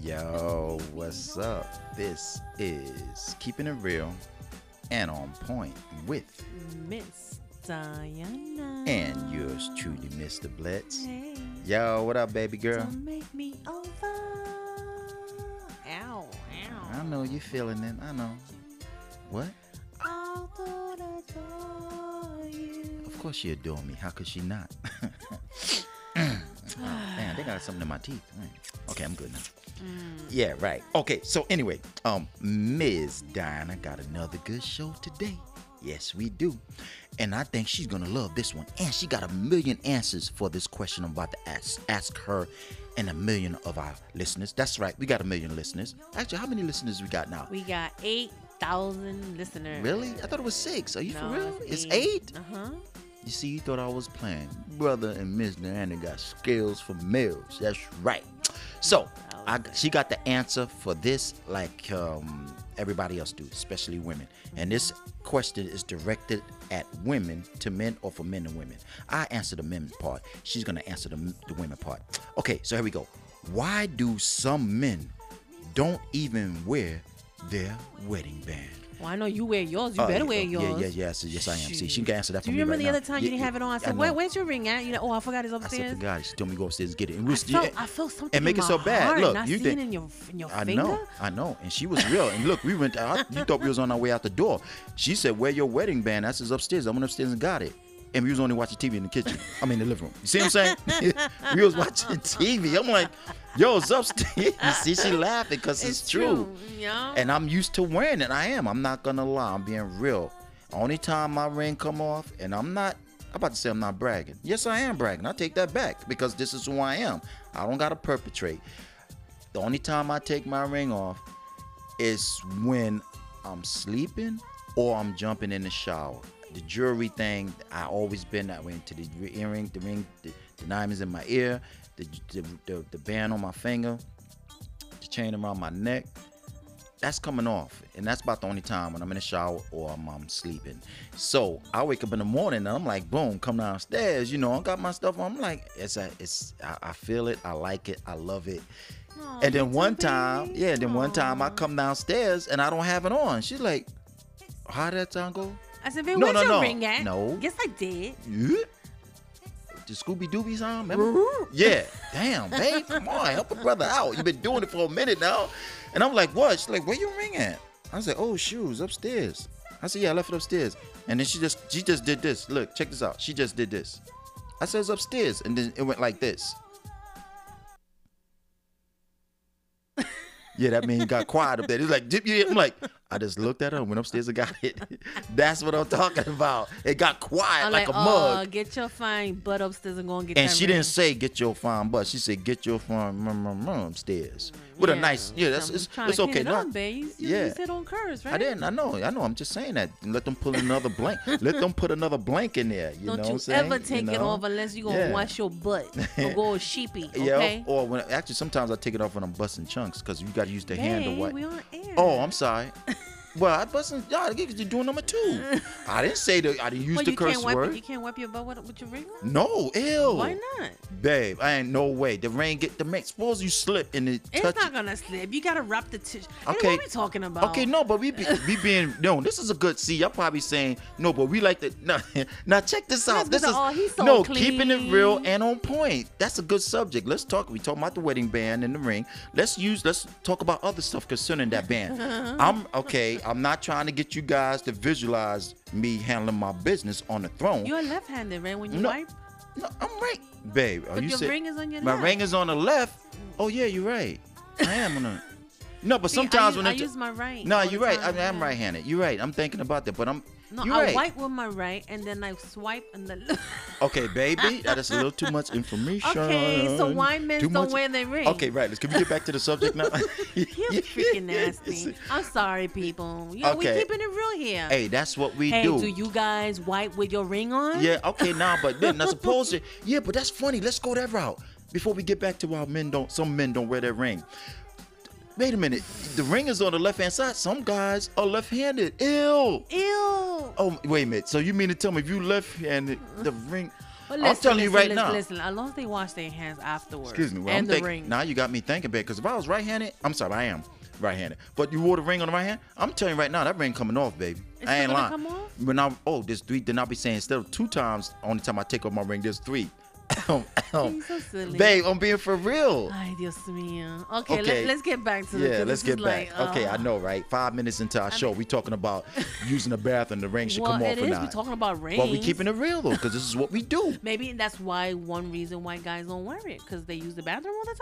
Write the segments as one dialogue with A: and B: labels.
A: Yo, what's up? This is Keeping It Real and On Point with
B: Miss Diana.
A: and yours truly, Mr. Blitz.
B: Hey,
A: Yo, what up, baby girl?
B: don't make me over. Ow, ow.
A: I know you feeling it. I know. What?
B: How could I adore you?
A: Of course she adore me. How could she not? Oh, Man, they got something in my teeth. Man. Okay, I'm good now. Yeah, right. Okay, so anyway, um, Ms. Diana got another good show today. Yes, we do. And I think she's gonna love this one. And she got a million answers for this question I'm about to ask ask her and a million of our listeners. That's right, we got a million listeners. Actually, how many listeners we got now?
B: We got 8,000 listeners.
A: Really? I thought it was six. Are you
B: No,
A: for real? It's eight?
B: Uh huh.
A: You see, you thought I was playing. Brother and Miss Diana got skills for males. That's right. So I, she got the answer for this, like um, everybody else do, especially women. And this question is directed at women to men or for men and women. I answer the men part. She's gonna answer the, the women part. Okay, so here we go. Why do some men don't even wear their wedding band?
B: Well, I know you wear yours. You
A: Oh,
B: better
A: yeah,
B: wear
A: oh,
B: yours.
A: Yeah, yeah, yes, yes, I am. See, she
B: Shoot.
A: can answer that for
B: Do you
A: me
B: remember the
A: right now.
B: other time
A: Yeah,
B: you didn't
A: yeah,
B: have it on? I said,
A: know.
B: Where, where's your ring at? You know, oh, I forgot it's
A: I said,
B: upstairs.
A: forgot God, she told me to go upstairs and get it. And,
B: I
A: Rooster,
B: felt,
A: and-
B: I felt something
A: and make
B: in
A: it so
B: my
A: bad.
B: heart,
A: Look,
B: not
A: you
B: seeing
A: think
B: it in your in your
A: I
B: finger.
A: know, I know, and she was real. And look, we went out. You thought we was on our way out the door. She said, "Wear your wedding band." I says, "Upstairs." I went upstairs and got it. And we was only watching TV in the kitchen. I mean, the living room. You see what I'm saying? we was watching TV. I'm like, "Yo, it's upstairs." You see, she laughing because it's, true.
B: Yeah.
A: And I'm used to wearing it. I am. I'm not gonna lie. I'm being real. Only time my ring come off, and I'm not. I'm about to say I'm not bragging. Yes, I am bragging. I take that back because this is who I am. I don't gotta perpetrate. The only time I take my ring off is when I'm sleeping or I'm jumping in the shower. The jewelry thing, I always been that way. To the earring, the ring, the, the diamonds in my ear, the, the the the band on my finger, the chain around my neck that's coming off. And that's about the only time when I'm in the shower or I'm, um, sleeping. So I wake up in the morning and I'm like, boom, come downstairs. You know, I got my stuff. on. I'm like, it's a, it's, I, I feel it. I like it. I love it.
B: Aw,
A: and then
B: you
A: one
B: too,
A: time,
B: baby.
A: yeah, then one time I
B: Aw.
A: come downstairs and I don't have it on. She's like, how did that sound go?
B: I said, babe,
A: No,
B: where's
A: no,
B: your
A: no.
B: ring at?
A: No.
B: Yes, I did.
A: Yeah. The Scooby Dooby sound, remember? Yeah. Damn, babe. Come on, help a brother out. You've been doing it for a minute now. And I'm like, what? She's like, where your ring at? I said, oh, shoes, upstairs. I said, yeah, I left it upstairs. And then she just she just did this. Look, check this out. She just did this. I said, it's upstairs. And then it went like this. Yeah, that man got quiet up there. He's like, dip you. I'm like, I just looked at her and went upstairs and got it. That's what I'm talking about. It got quiet
B: I'm
A: like,
B: like,
A: a mug.
B: oh, get your fine butt upstairs and go and get
A: And
B: that
A: she
B: ring.
A: didn't say get your fine bus. She said get your fine mum, mum, mum upstairs with a
B: Yeah,
A: nice yeah. That's
B: I'm
A: it's,
B: trying
A: it's
B: to
A: okay.
B: Clean it
A: No,
B: up, babe. You, yeah.
A: yeah.
B: you said on curse, right?
A: I didn't. I know. I know. I'm just saying that. Let them put another blank. Let them put another blank in there. You
B: Don't
A: know
B: you
A: what I'm saying?
B: ever take it
A: know?
B: off unless you gonna
A: Yeah.
B: wash your butt or go sheepy,
A: Yeah.
B: okay?
A: Or when actually sometimes I take it off when I'm busting chunks because you got to use the hand to
B: Babe,
A: what.
B: we on air.
A: Oh, I'm sorry. well, I busting. Y'all, because you're doing number two. I didn't say the. I didn't use
B: Well,
A: the
B: you
A: curse
B: can't wipe,
A: word.
B: You can't wipe your butt with, with your ring on?
A: No, ew.
B: Why not?
A: Babe, I ain't no way. The rain get the rain. Suppose you slip and it
B: It's
A: touch.
B: not gonna slip. You gotta wrap the tissue. Okay.
A: Okay.
B: What are we talking about?
A: Okay, no, but we be, we being no. This is a good. See, y'all probably saying no, but we like the no. now check this out.
B: Let's
A: This
B: go
A: is
B: to- oh, he's so
A: no keeping it real
B: clean.
A: and on point. That's a good subject. Let's talk. We talking about the wedding band and the ring. Let's use. Let's talk about other stuff concerning that band. I'm okay. I'm not trying to get you guys to visualize me handling my business on the throne.
B: You're left-handed, right? When you
A: No.
B: wipe,
A: no, I'm right, babe. Are
B: but
A: you
B: your
A: say-
B: ring is on your
A: my
B: left.
A: ring is on the left. Oh yeah, you're right. I am on the. No, but
B: See, I use-
A: sometimes when
B: I
A: it-
B: use my right.
A: no,
B: all the
A: you're right. I
B: time,
A: mean, I'm
B: yeah.
A: right-handed. You're right. I'm thinking about that, but I'm.
B: No,
A: you're
B: I
A: right.
B: wipe with my right, and then I swipe on the left.
A: Okay, baby, that is a little too much information.
B: Okay, so why men
A: Too
B: don't
A: much-
B: wear their ring?
A: Okay, right. Let's can we get back to the subject now?
B: You're freaking nasty. I'm sorry, people. You know,
A: Okay.
B: we keeping it real here.
A: Hey, that's what we
B: Hey,
A: do.
B: you guys wipe with your ring on?
A: Yeah, okay, now, but then I suppose to. Yeah, but that's funny. Let's go that route before we get back to why men don't. Some men don't wear their ring. Wait a minute. The ring is on the left hand side. Some guys are left handed. Ew.
B: Ew.
A: Oh, wait a minute. So you mean to tell me if you left handed, the ring.
B: But
A: I'm telling you right
B: listen,
A: now.
B: Listen, as long as they wash their hands afterwards.
A: Excuse me. Well,
B: and
A: I'm
B: the
A: thinking,
B: ring.
A: Now you got me thinking bad because if I was right handed, I'm sorry, I am right handed. But you wore the ring on the right hand. I'm telling you right now, that ring coming off, baby.
B: It's
A: I ain't
B: not
A: lying.
B: gonna come off?
A: When I oh, there's three. Then I'll be saying instead of two times, only time I take off my ring, there's three. Ahem, ahem.
B: You're so silly.
A: Babe, I'm being for real.
B: Ay, Dios mío. Okay,
A: Okay.
B: Let, let's get back to the. 'cause
A: Yeah, let's
B: this is
A: get back.
B: like,
A: okay,
B: uh,
A: I know, right? Five minutes into our show, we talking about using the bathroom, the ring should
B: Well,
A: come off
B: it
A: or
B: is.
A: not.
B: We're talking about rings.
A: but we keeping it real though, because this is what we do.
B: Maybe that's why one reason why guys don't wear it because they use the bathroom all the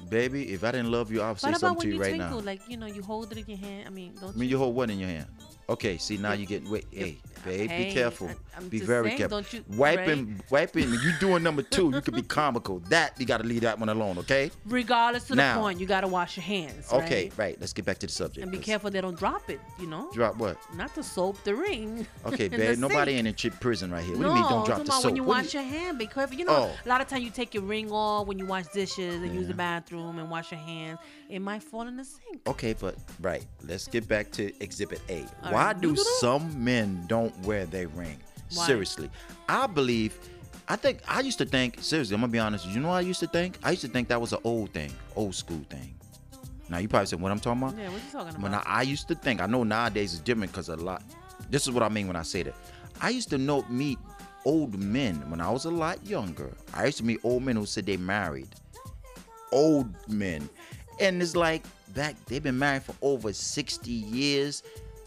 B: time.
A: Baby, if I didn't love you, I'll say
B: What about
A: something
B: when
A: to
B: you
A: you right
B: twinkle?
A: now.
B: Like you know, you hold it in your hand. I mean, don't.
A: I mean, you hold what in your hand? Okay, see now you get wait, hey, babe,
B: Hey,
A: be careful,
B: I- I'm
A: be
B: just
A: very
B: saying,
A: careful.
B: don't you-
A: wiping, wiping. You doing number two? You could be comical. That you got to leave that one alone, okay?
B: regardless to
A: Now.
B: the point, you gotta wash your hands.
A: Okay,
B: right?
A: right. Let's get back to the subject.
B: And be
A: 'cause-
B: careful they don't drop it. You know,
A: Drop what?
B: not the soap, the ring.
A: Okay,
B: in the
A: babe. Nobody
B: sink.
A: ain't in chi- prison right here. What
B: no,
A: do you mean? Don't drop
B: I'm talking
A: the
B: about
A: soap.
B: when you
A: What do
B: wash your hand, be careful. You know,
A: Oh.
B: a lot of times you take your ring off when you wash dishes and use the bathroom and wash your hands. It might fall in the sink.
A: Okay, but right, let's get back to exhibit A.
B: All
A: Why
B: right.
A: do
B: Doodle-doo.
A: some men don't wear their ring?
B: Why?
A: Seriously. I believe I think I used to think, seriously, I'm gonna be honest, you know what I used to think? I used to think that was an old thing, old school thing. Now you probably said what I'm talking about?
B: Yeah, what you talking about?
A: When I, I used to think, I know nowadays it's different because a lot. This is what I mean when I say that. I used to know meet old men when I was a lot younger. I used to meet old men who said they married, old men, and it's like back they've been married for over sixty years.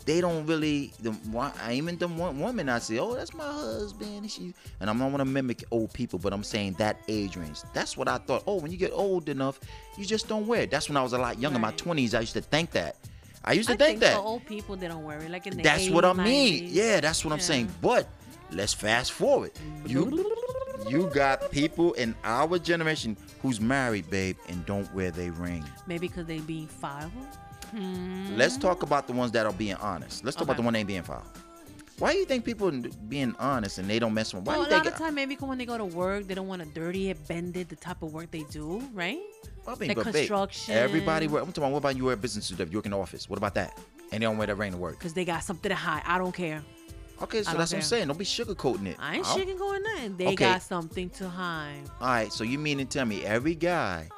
A: They don't really the why- I even the one woman I say, oh that's my husband. And she and I'm not want to mimic old people, but I'm saying that age range. That's what I thought. Oh, when you get old enough, you just don't wear it. That's when I was a lot younger, my
B: Right.
A: twenties. I used to think that. I used to
B: I
A: think, that.
B: for old people they don't worry. Like in the
A: That's what I
B: 80s,
A: mean.
B: 90s.
A: Yeah, that's what I'm saying. But let's fast forward. You you got people in our generation who's married, babe, and don't wear their ring.
B: Maybe because they being filed.
A: Let's talk about the ones that are being honest. Let's talk
B: Mm-hmm. Okay.
A: about the one that ain't being filed. Why do you think people n- being honest and they don't mess with? Why
B: Well,
A: do
B: Oh, a
A: you think?
B: lot of time, maybe 'cause when they go to work, they don't want to dirty it, bend it, the type of work they do, right?
A: I mean,
B: the
A: but babe,
B: construction.
A: everybody. Wear, I'm talking about what about you wear a business suit if you work in the office? What about that? And they don't wear that ring to work.
B: Because they got something to hide. I don't care.
A: Okay, so
B: don't
A: that's what
B: care.
A: I'm saying. Don't be sugarcoating it.
B: I ain't
A: don't-
B: shaking going nothing. They
A: Oh. Okay.
B: got something to hide.
A: All right, so you mean to tell me every guy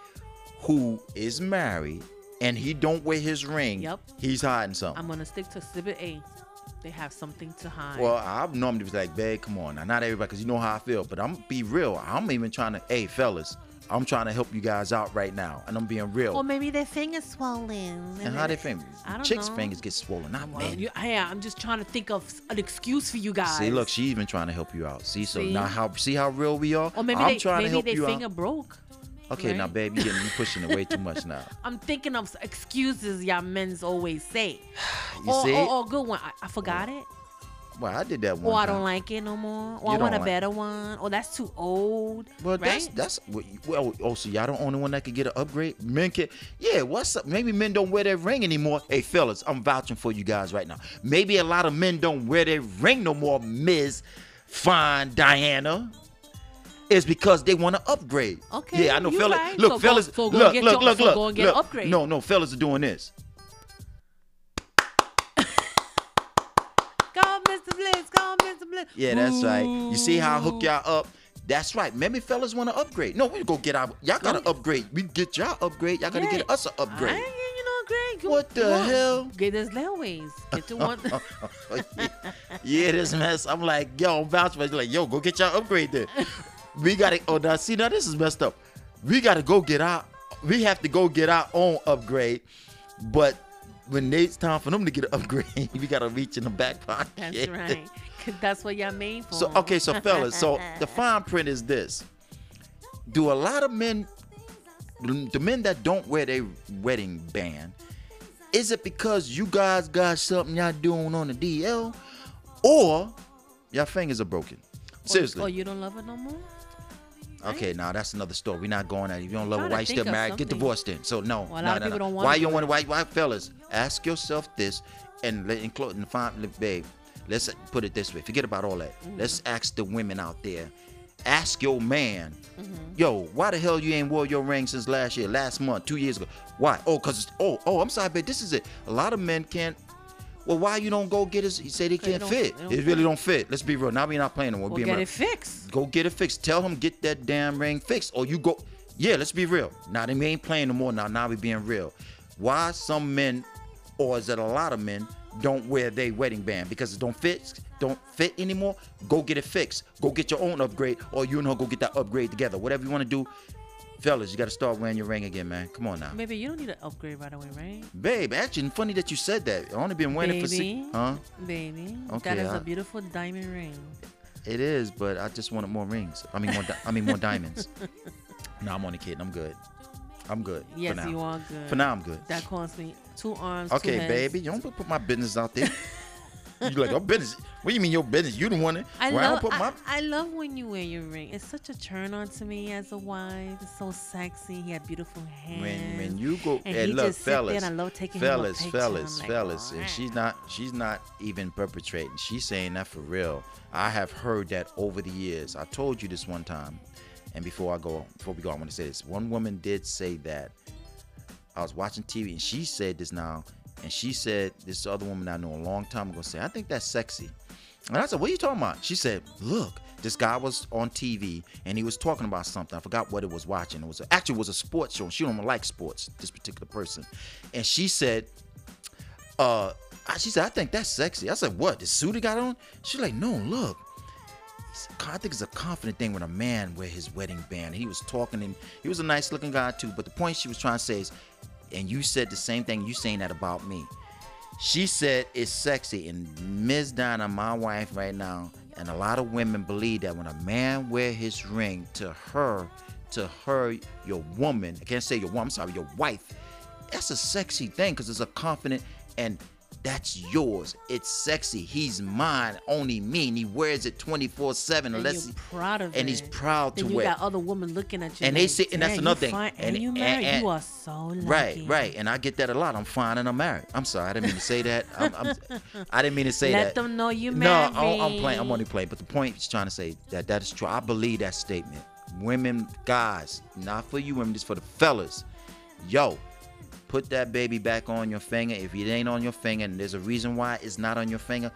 A: who is married and he don't wear his ring,
B: Yep.
A: he's hiding something.
B: I'm gonna stick to exhibit A. They have something to hide.
A: well, I normally be like, babe, come on. Now, not everybody, because you know how I feel, but I'm be real. I'm even trying to, hey, fellas, I'm trying to help you guys out right now, and I'm being real.
B: or maybe their fingers swollen.
A: and how they fingers?
B: I don't
A: Chicks'
B: know.
A: fingers get swollen, not
B: Man,
A: men.
B: you, hey, I'm just trying to think of an excuse for you guys.
A: See, look, she even trying to help you out. See, so
B: See?
A: now how see how real we are.
B: Or maybe
A: I'm
B: they,
A: trying
B: maybe
A: to help
B: they
A: you
B: finger
A: out.
B: broke.
A: Okay, now,
B: right?
A: babe, you getting you pushing it way too much now.
B: I'm thinking of excuses y'all men's always say.
A: You
B: or,
A: see?
B: or, or a good one. I, I forgot it.
A: well, I did that one.
B: Or oh, I
A: time.
B: don't like it no more. Or I
A: You
B: want
A: don't
B: a
A: like-
B: better one. Or that's too old.
A: Well, that's
B: right?
A: that's well, you- well. Oh, so y'all the only one that could get an upgrade. Men can, yeah. What's up? Maybe men don't wear their ring anymore. Hey, fellas, I'm vouching for you guys right now. Maybe a lot of men don't wear their ring no more. Ms. Fine Diana. It's because they want to upgrade.
B: Okay,
A: Yeah, I know,
B: you
A: fellas.
B: right.
A: Look,
B: So go-
A: fellas.
B: so go
A: look,
B: get
A: look,
B: your-
A: look,
B: so
A: look,
B: go and get
A: look.
B: upgrade.
A: No, no, fellas are doing this.
B: Go, Mr. Bliss. Go, Mr. Bliss.
A: Yeah, that's right. You see how I
B: Ooh.
A: hook y'all up? That's right. Maybe fellas want to upgrade. No, we go get our. Y'all gotta upgrade. We get y'all upgrade. Y'all gotta
B: Yeah.
A: get us an upgrade.
B: I ain't getting you no upgrade. Come
A: What the
B: on.
A: hell? Oh,
B: Get those lanyards. Get the one.
A: yeah, this mess. I'm like, yo, I'm vouching for you. Like, yo, go get your upgrade then. We gotta. Oh, now see, now this is messed up. We gotta go get our. We have to go get our own upgrade, but when it's time for them to get an upgrade, we gotta reach in the back pocket.
B: That's right. 'Cause that's what y'all made for.
A: So okay, so fellas, so the fine print is this: Do a lot of men, the men that don't wear their wedding band, is it because you guys got something y'all doing on the DL, or your fingers are broken? Seriously.
B: Or, or you don't love it no more.
A: okay, now that's another story. We're not going at it. If you don't love
B: Trying
A: her,
B: to
A: why you still
B: think of
A: married? Get
B: something.
A: divorced then. So no,
B: Well, a lot
A: no,
B: of
A: no,
B: people
A: no.
B: don't wanna
A: Why
B: do
A: you don't
B: it.
A: want to? Why, why, fellas? Ask yourself this, and let include
B: Mm.
A: and find, look, babe. Let's put it this way. Forget about all that. Let's ask the women out there ask your man,
B: Mm-hmm.
A: yo, why the hell you ain't wore your ring since last year, last month, two years ago? Why? Oh, cause it's- oh, oh, I'm sorry, but this is it. A lot of men can't. Well, why you don't go get his? He say they
B: They
A: can't
B: don't-
A: fit.
B: they don't
A: It
B: fit.
A: really don't fit. Let's be real. Now we not playing no more.
B: We'll
A: being
B: get
A: real.
B: it fixed.
A: Go get it fixed. Tell him get that damn ring fixed, or you go. Yeah, let's be real. Now they ain't playing no more. Now, now we being real. Why some men, or is it a lot of men, don't wear their wedding band because it don't fit, don't fit anymore? Go get it fixed. Go get your own upgrade, or you and her go get that upgrade together. Whatever you want to do, fellas, you got to start wearing your ring again, man. Come on now,
B: Maybe you don't need an upgrade right away, right?
A: babe. Actually, funny that you said that. I only been wearing it for
B: Baby.
A: six, huh?
B: Baby, that
A: Okay,
B: is
A: I-
B: a beautiful diamond ring.
A: It is, but I just wanted more rings. I mean, more. Di- I mean, more diamonds. no, I'm only kidding. I'm good. I'm good. for
B: Yes,
A: now.
B: you are good.
A: For now, I'm good.
B: That costs me two arms. two
A: okay,
B: heads.
A: baby, you don't put my business out there. you like your business? What do you mean your business? You the one. that-
B: I
A: Why
B: love.
A: don't
B: I,
A: put my?
B: I love when you wear your ring. It's such a turn on to me as a wife. It's so sexy. He had beautiful hands.
A: When when you go
B: and
A: and,
B: he
A: look,
B: just sit there
A: fellas,
B: and I love taking him a
A: fellas,
B: picture.
A: fellas,
B: I'm like,
A: fellas, and
B: "Wow."
A: she's not she's not even perpetrating. She's saying that for real. I have heard that over the years. I told you this one time, and before I go, before we go, I want to say this. One woman did say that. I was watching TV and she said this now, and she said this other woman I know a long time ago said, I think that's sexy. And I said, What are you talking about? She said, Look, this guy was on TV and he was talking about something. I forgot what it was watching. It was actually it was a sports show. and She don't like sports, this particular person. And she said, uh, I- she said, I think that's sexy. I said, What? The suit he got on? She's like, No, look. It's- I think it's a confident thing when a man wear his wedding band. He was talking and he was a nice looking guy too. But the point she was trying to say is, and you said the same thing. You saying that about me. She said it's sexy, and Ms. Donna, my wife right now, and a lot of women believe that when a man wear his ring to her, to her, your woman. I can't say your woman. I'm sorry, your wife. That's a sexy thing because it's a confident and that's yours. It's sexy. He's mine, only me, and he wears it 24 seven.
B: and
A: Unless
B: you're proud of
A: and he's
B: it.
A: proud
B: then
A: to
B: you
A: wear.
B: got other women looking at you.
A: And they
B: like,
A: say- and that's
B: "Damn,
A: another
B: you
A: thing.
B: fine
A: And-
B: And, you
A: and-
B: married.
A: and-
B: you are so lucky.
A: Right, right, and I get that a lot. I'm fine and I'm married. I'm sorry, I didn't mean to say that. I'm, I'm, I didn't mean to say
B: Let
A: that.
B: them know you
A: No, I- I'm playing. I'm only playing. But the point is trying to say that that is true. I believe that statement. Women, guys, not for you women, just for the fellas. Yo, put that baby back on your finger. If it ain't on your finger, and there's a reason why it's not on your finger,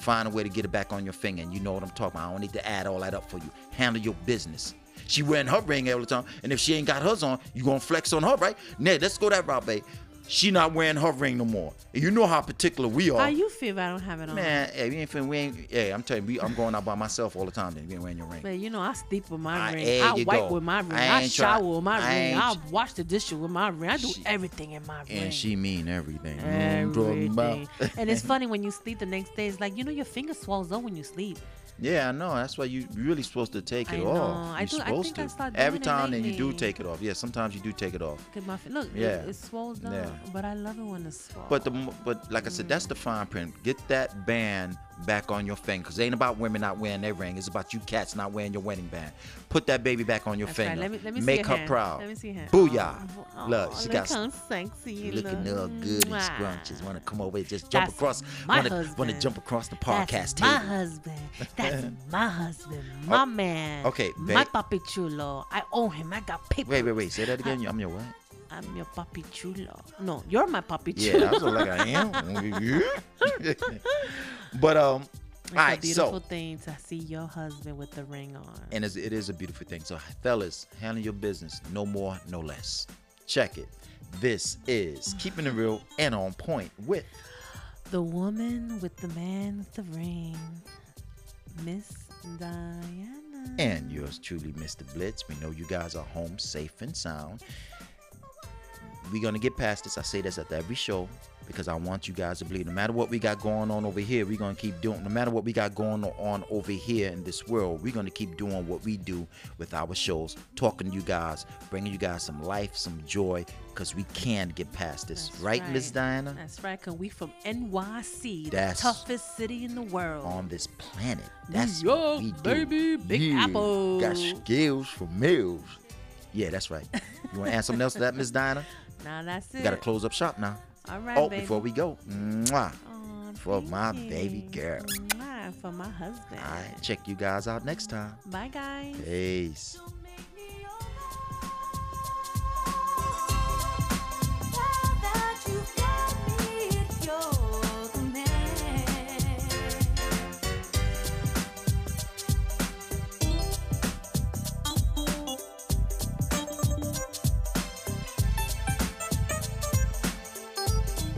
A: find a way to get it back on your finger. And you know what I'm talking about. I don't need to add all that up for you. Handle your business. She wearing her ring all the time, and if she ain't got hers on, you gonna flex on her, right? Ned, let's go that route, babe. She not wearing her ring no more. And you know how particular we are.
B: How you feel if I don't have it on?
A: Man, hey, we ain't finna, we ain't, yeah, I'm telling you, we, I'm going out by myself all the time then. You ain't wearing your ring.
B: Man, you know I sleep with my
A: I-
B: ring.
A: there
B: I
A: you
B: wipe
A: go.
B: with my ring.
A: I
B: I,
A: ain't try-
B: shower with my
A: I
B: ring.
A: ain't
B: I
A: tr-
B: wash the dishes with my ring. I do
A: She-
B: everything in my ring.
A: And she mean everything. You know what I'm talking
B: Everything.
A: about?
B: and it's funny when you sleep the next day. It's like you know your finger swells up when you sleep.
A: yeah, I know. That's why you you really supposed to take it
B: I
A: off.
B: know. I
A: You're
B: do- I
A: supposed
B: think
A: to.
B: I started
A: Every
B: doing it
A: time, then you do
B: lately.
A: take it off. Yeah, sometimes you do take it off.
B: Look at my fi- look.
A: Yeah.
B: It, it swells up.
A: Yeah.
B: But I love it when it's swollen.
A: But the mo- but like I said, that's the fine print. Get that band back on your finger, cause it ain't about women not wearing their ring. It's about you cats not wearing your wedding band. Put that baby back on your
B: That's right.
A: finger.
B: Let me- let me see
A: Make
B: your
A: her
B: hand.
A: proud.
B: Let me see your hand.
A: Booyah!
B: Oh,
A: look,
B: oh,
A: she
B: look
A: got
B: how sexy you
A: looking
B: look.
A: all good and
B: Mwah.
A: scrunches. Want to come over and just jump
B: That's
A: across?
B: my
A: Want to want to
B: husband.
A: jump across the podcast
B: That's my
A: table?
B: husband. That's my husband. My man.
A: okay,
B: My
A: babe.
B: papi chulo. I own him. I got paper.
A: Wait, wait, wait. Say that again. I'm your what?
B: I'm your papi chulo. No, you're my papi chulo.
A: Yeah, I was like, I am. but um, all
B: It's a
A: right.
B: beautiful
A: So,
B: thing to see your husband with the ring on.
A: and it's, it is a beautiful thing. So, fellas, handle your business. No more, no less. Check it. This is keeping it real and on point with
B: the woman with the man with the ring. Miss Diana.
A: and yours truly, Mr. Blitz. We know you guys are home safe and sound. We're gonna get past this. I say this at every show because I want you guys to believe. No matter what we got going on over here, we're gonna keep doing. No matter what we got going on over here in this world, we're gonna keep doing what we do with our shows, talking to you guys, bringing you guys some life, some joy, because we can get past this,
B: That's
A: right, Miss Diana?
B: That's right, cause we from NYC,
A: That's-
B: the toughest city in the world.
A: on this planet. That's
B: York,
A: what we do.
B: baby, Big Apple.
A: Got skills for meals. Yeah, that's right. You want to add something else to that, Miss Dinah?
B: now that's
A: You
B: it.
A: got to close up shop now.
B: All right,
A: Oh,
B: baby.
A: before we go, mwah,
B: Aw,
A: for my
B: thank
A: baby
B: you.
A: girl.
B: Mwah, for my husband.
A: All right, check you guys out next time.
B: Bye, guys.
A: Peace.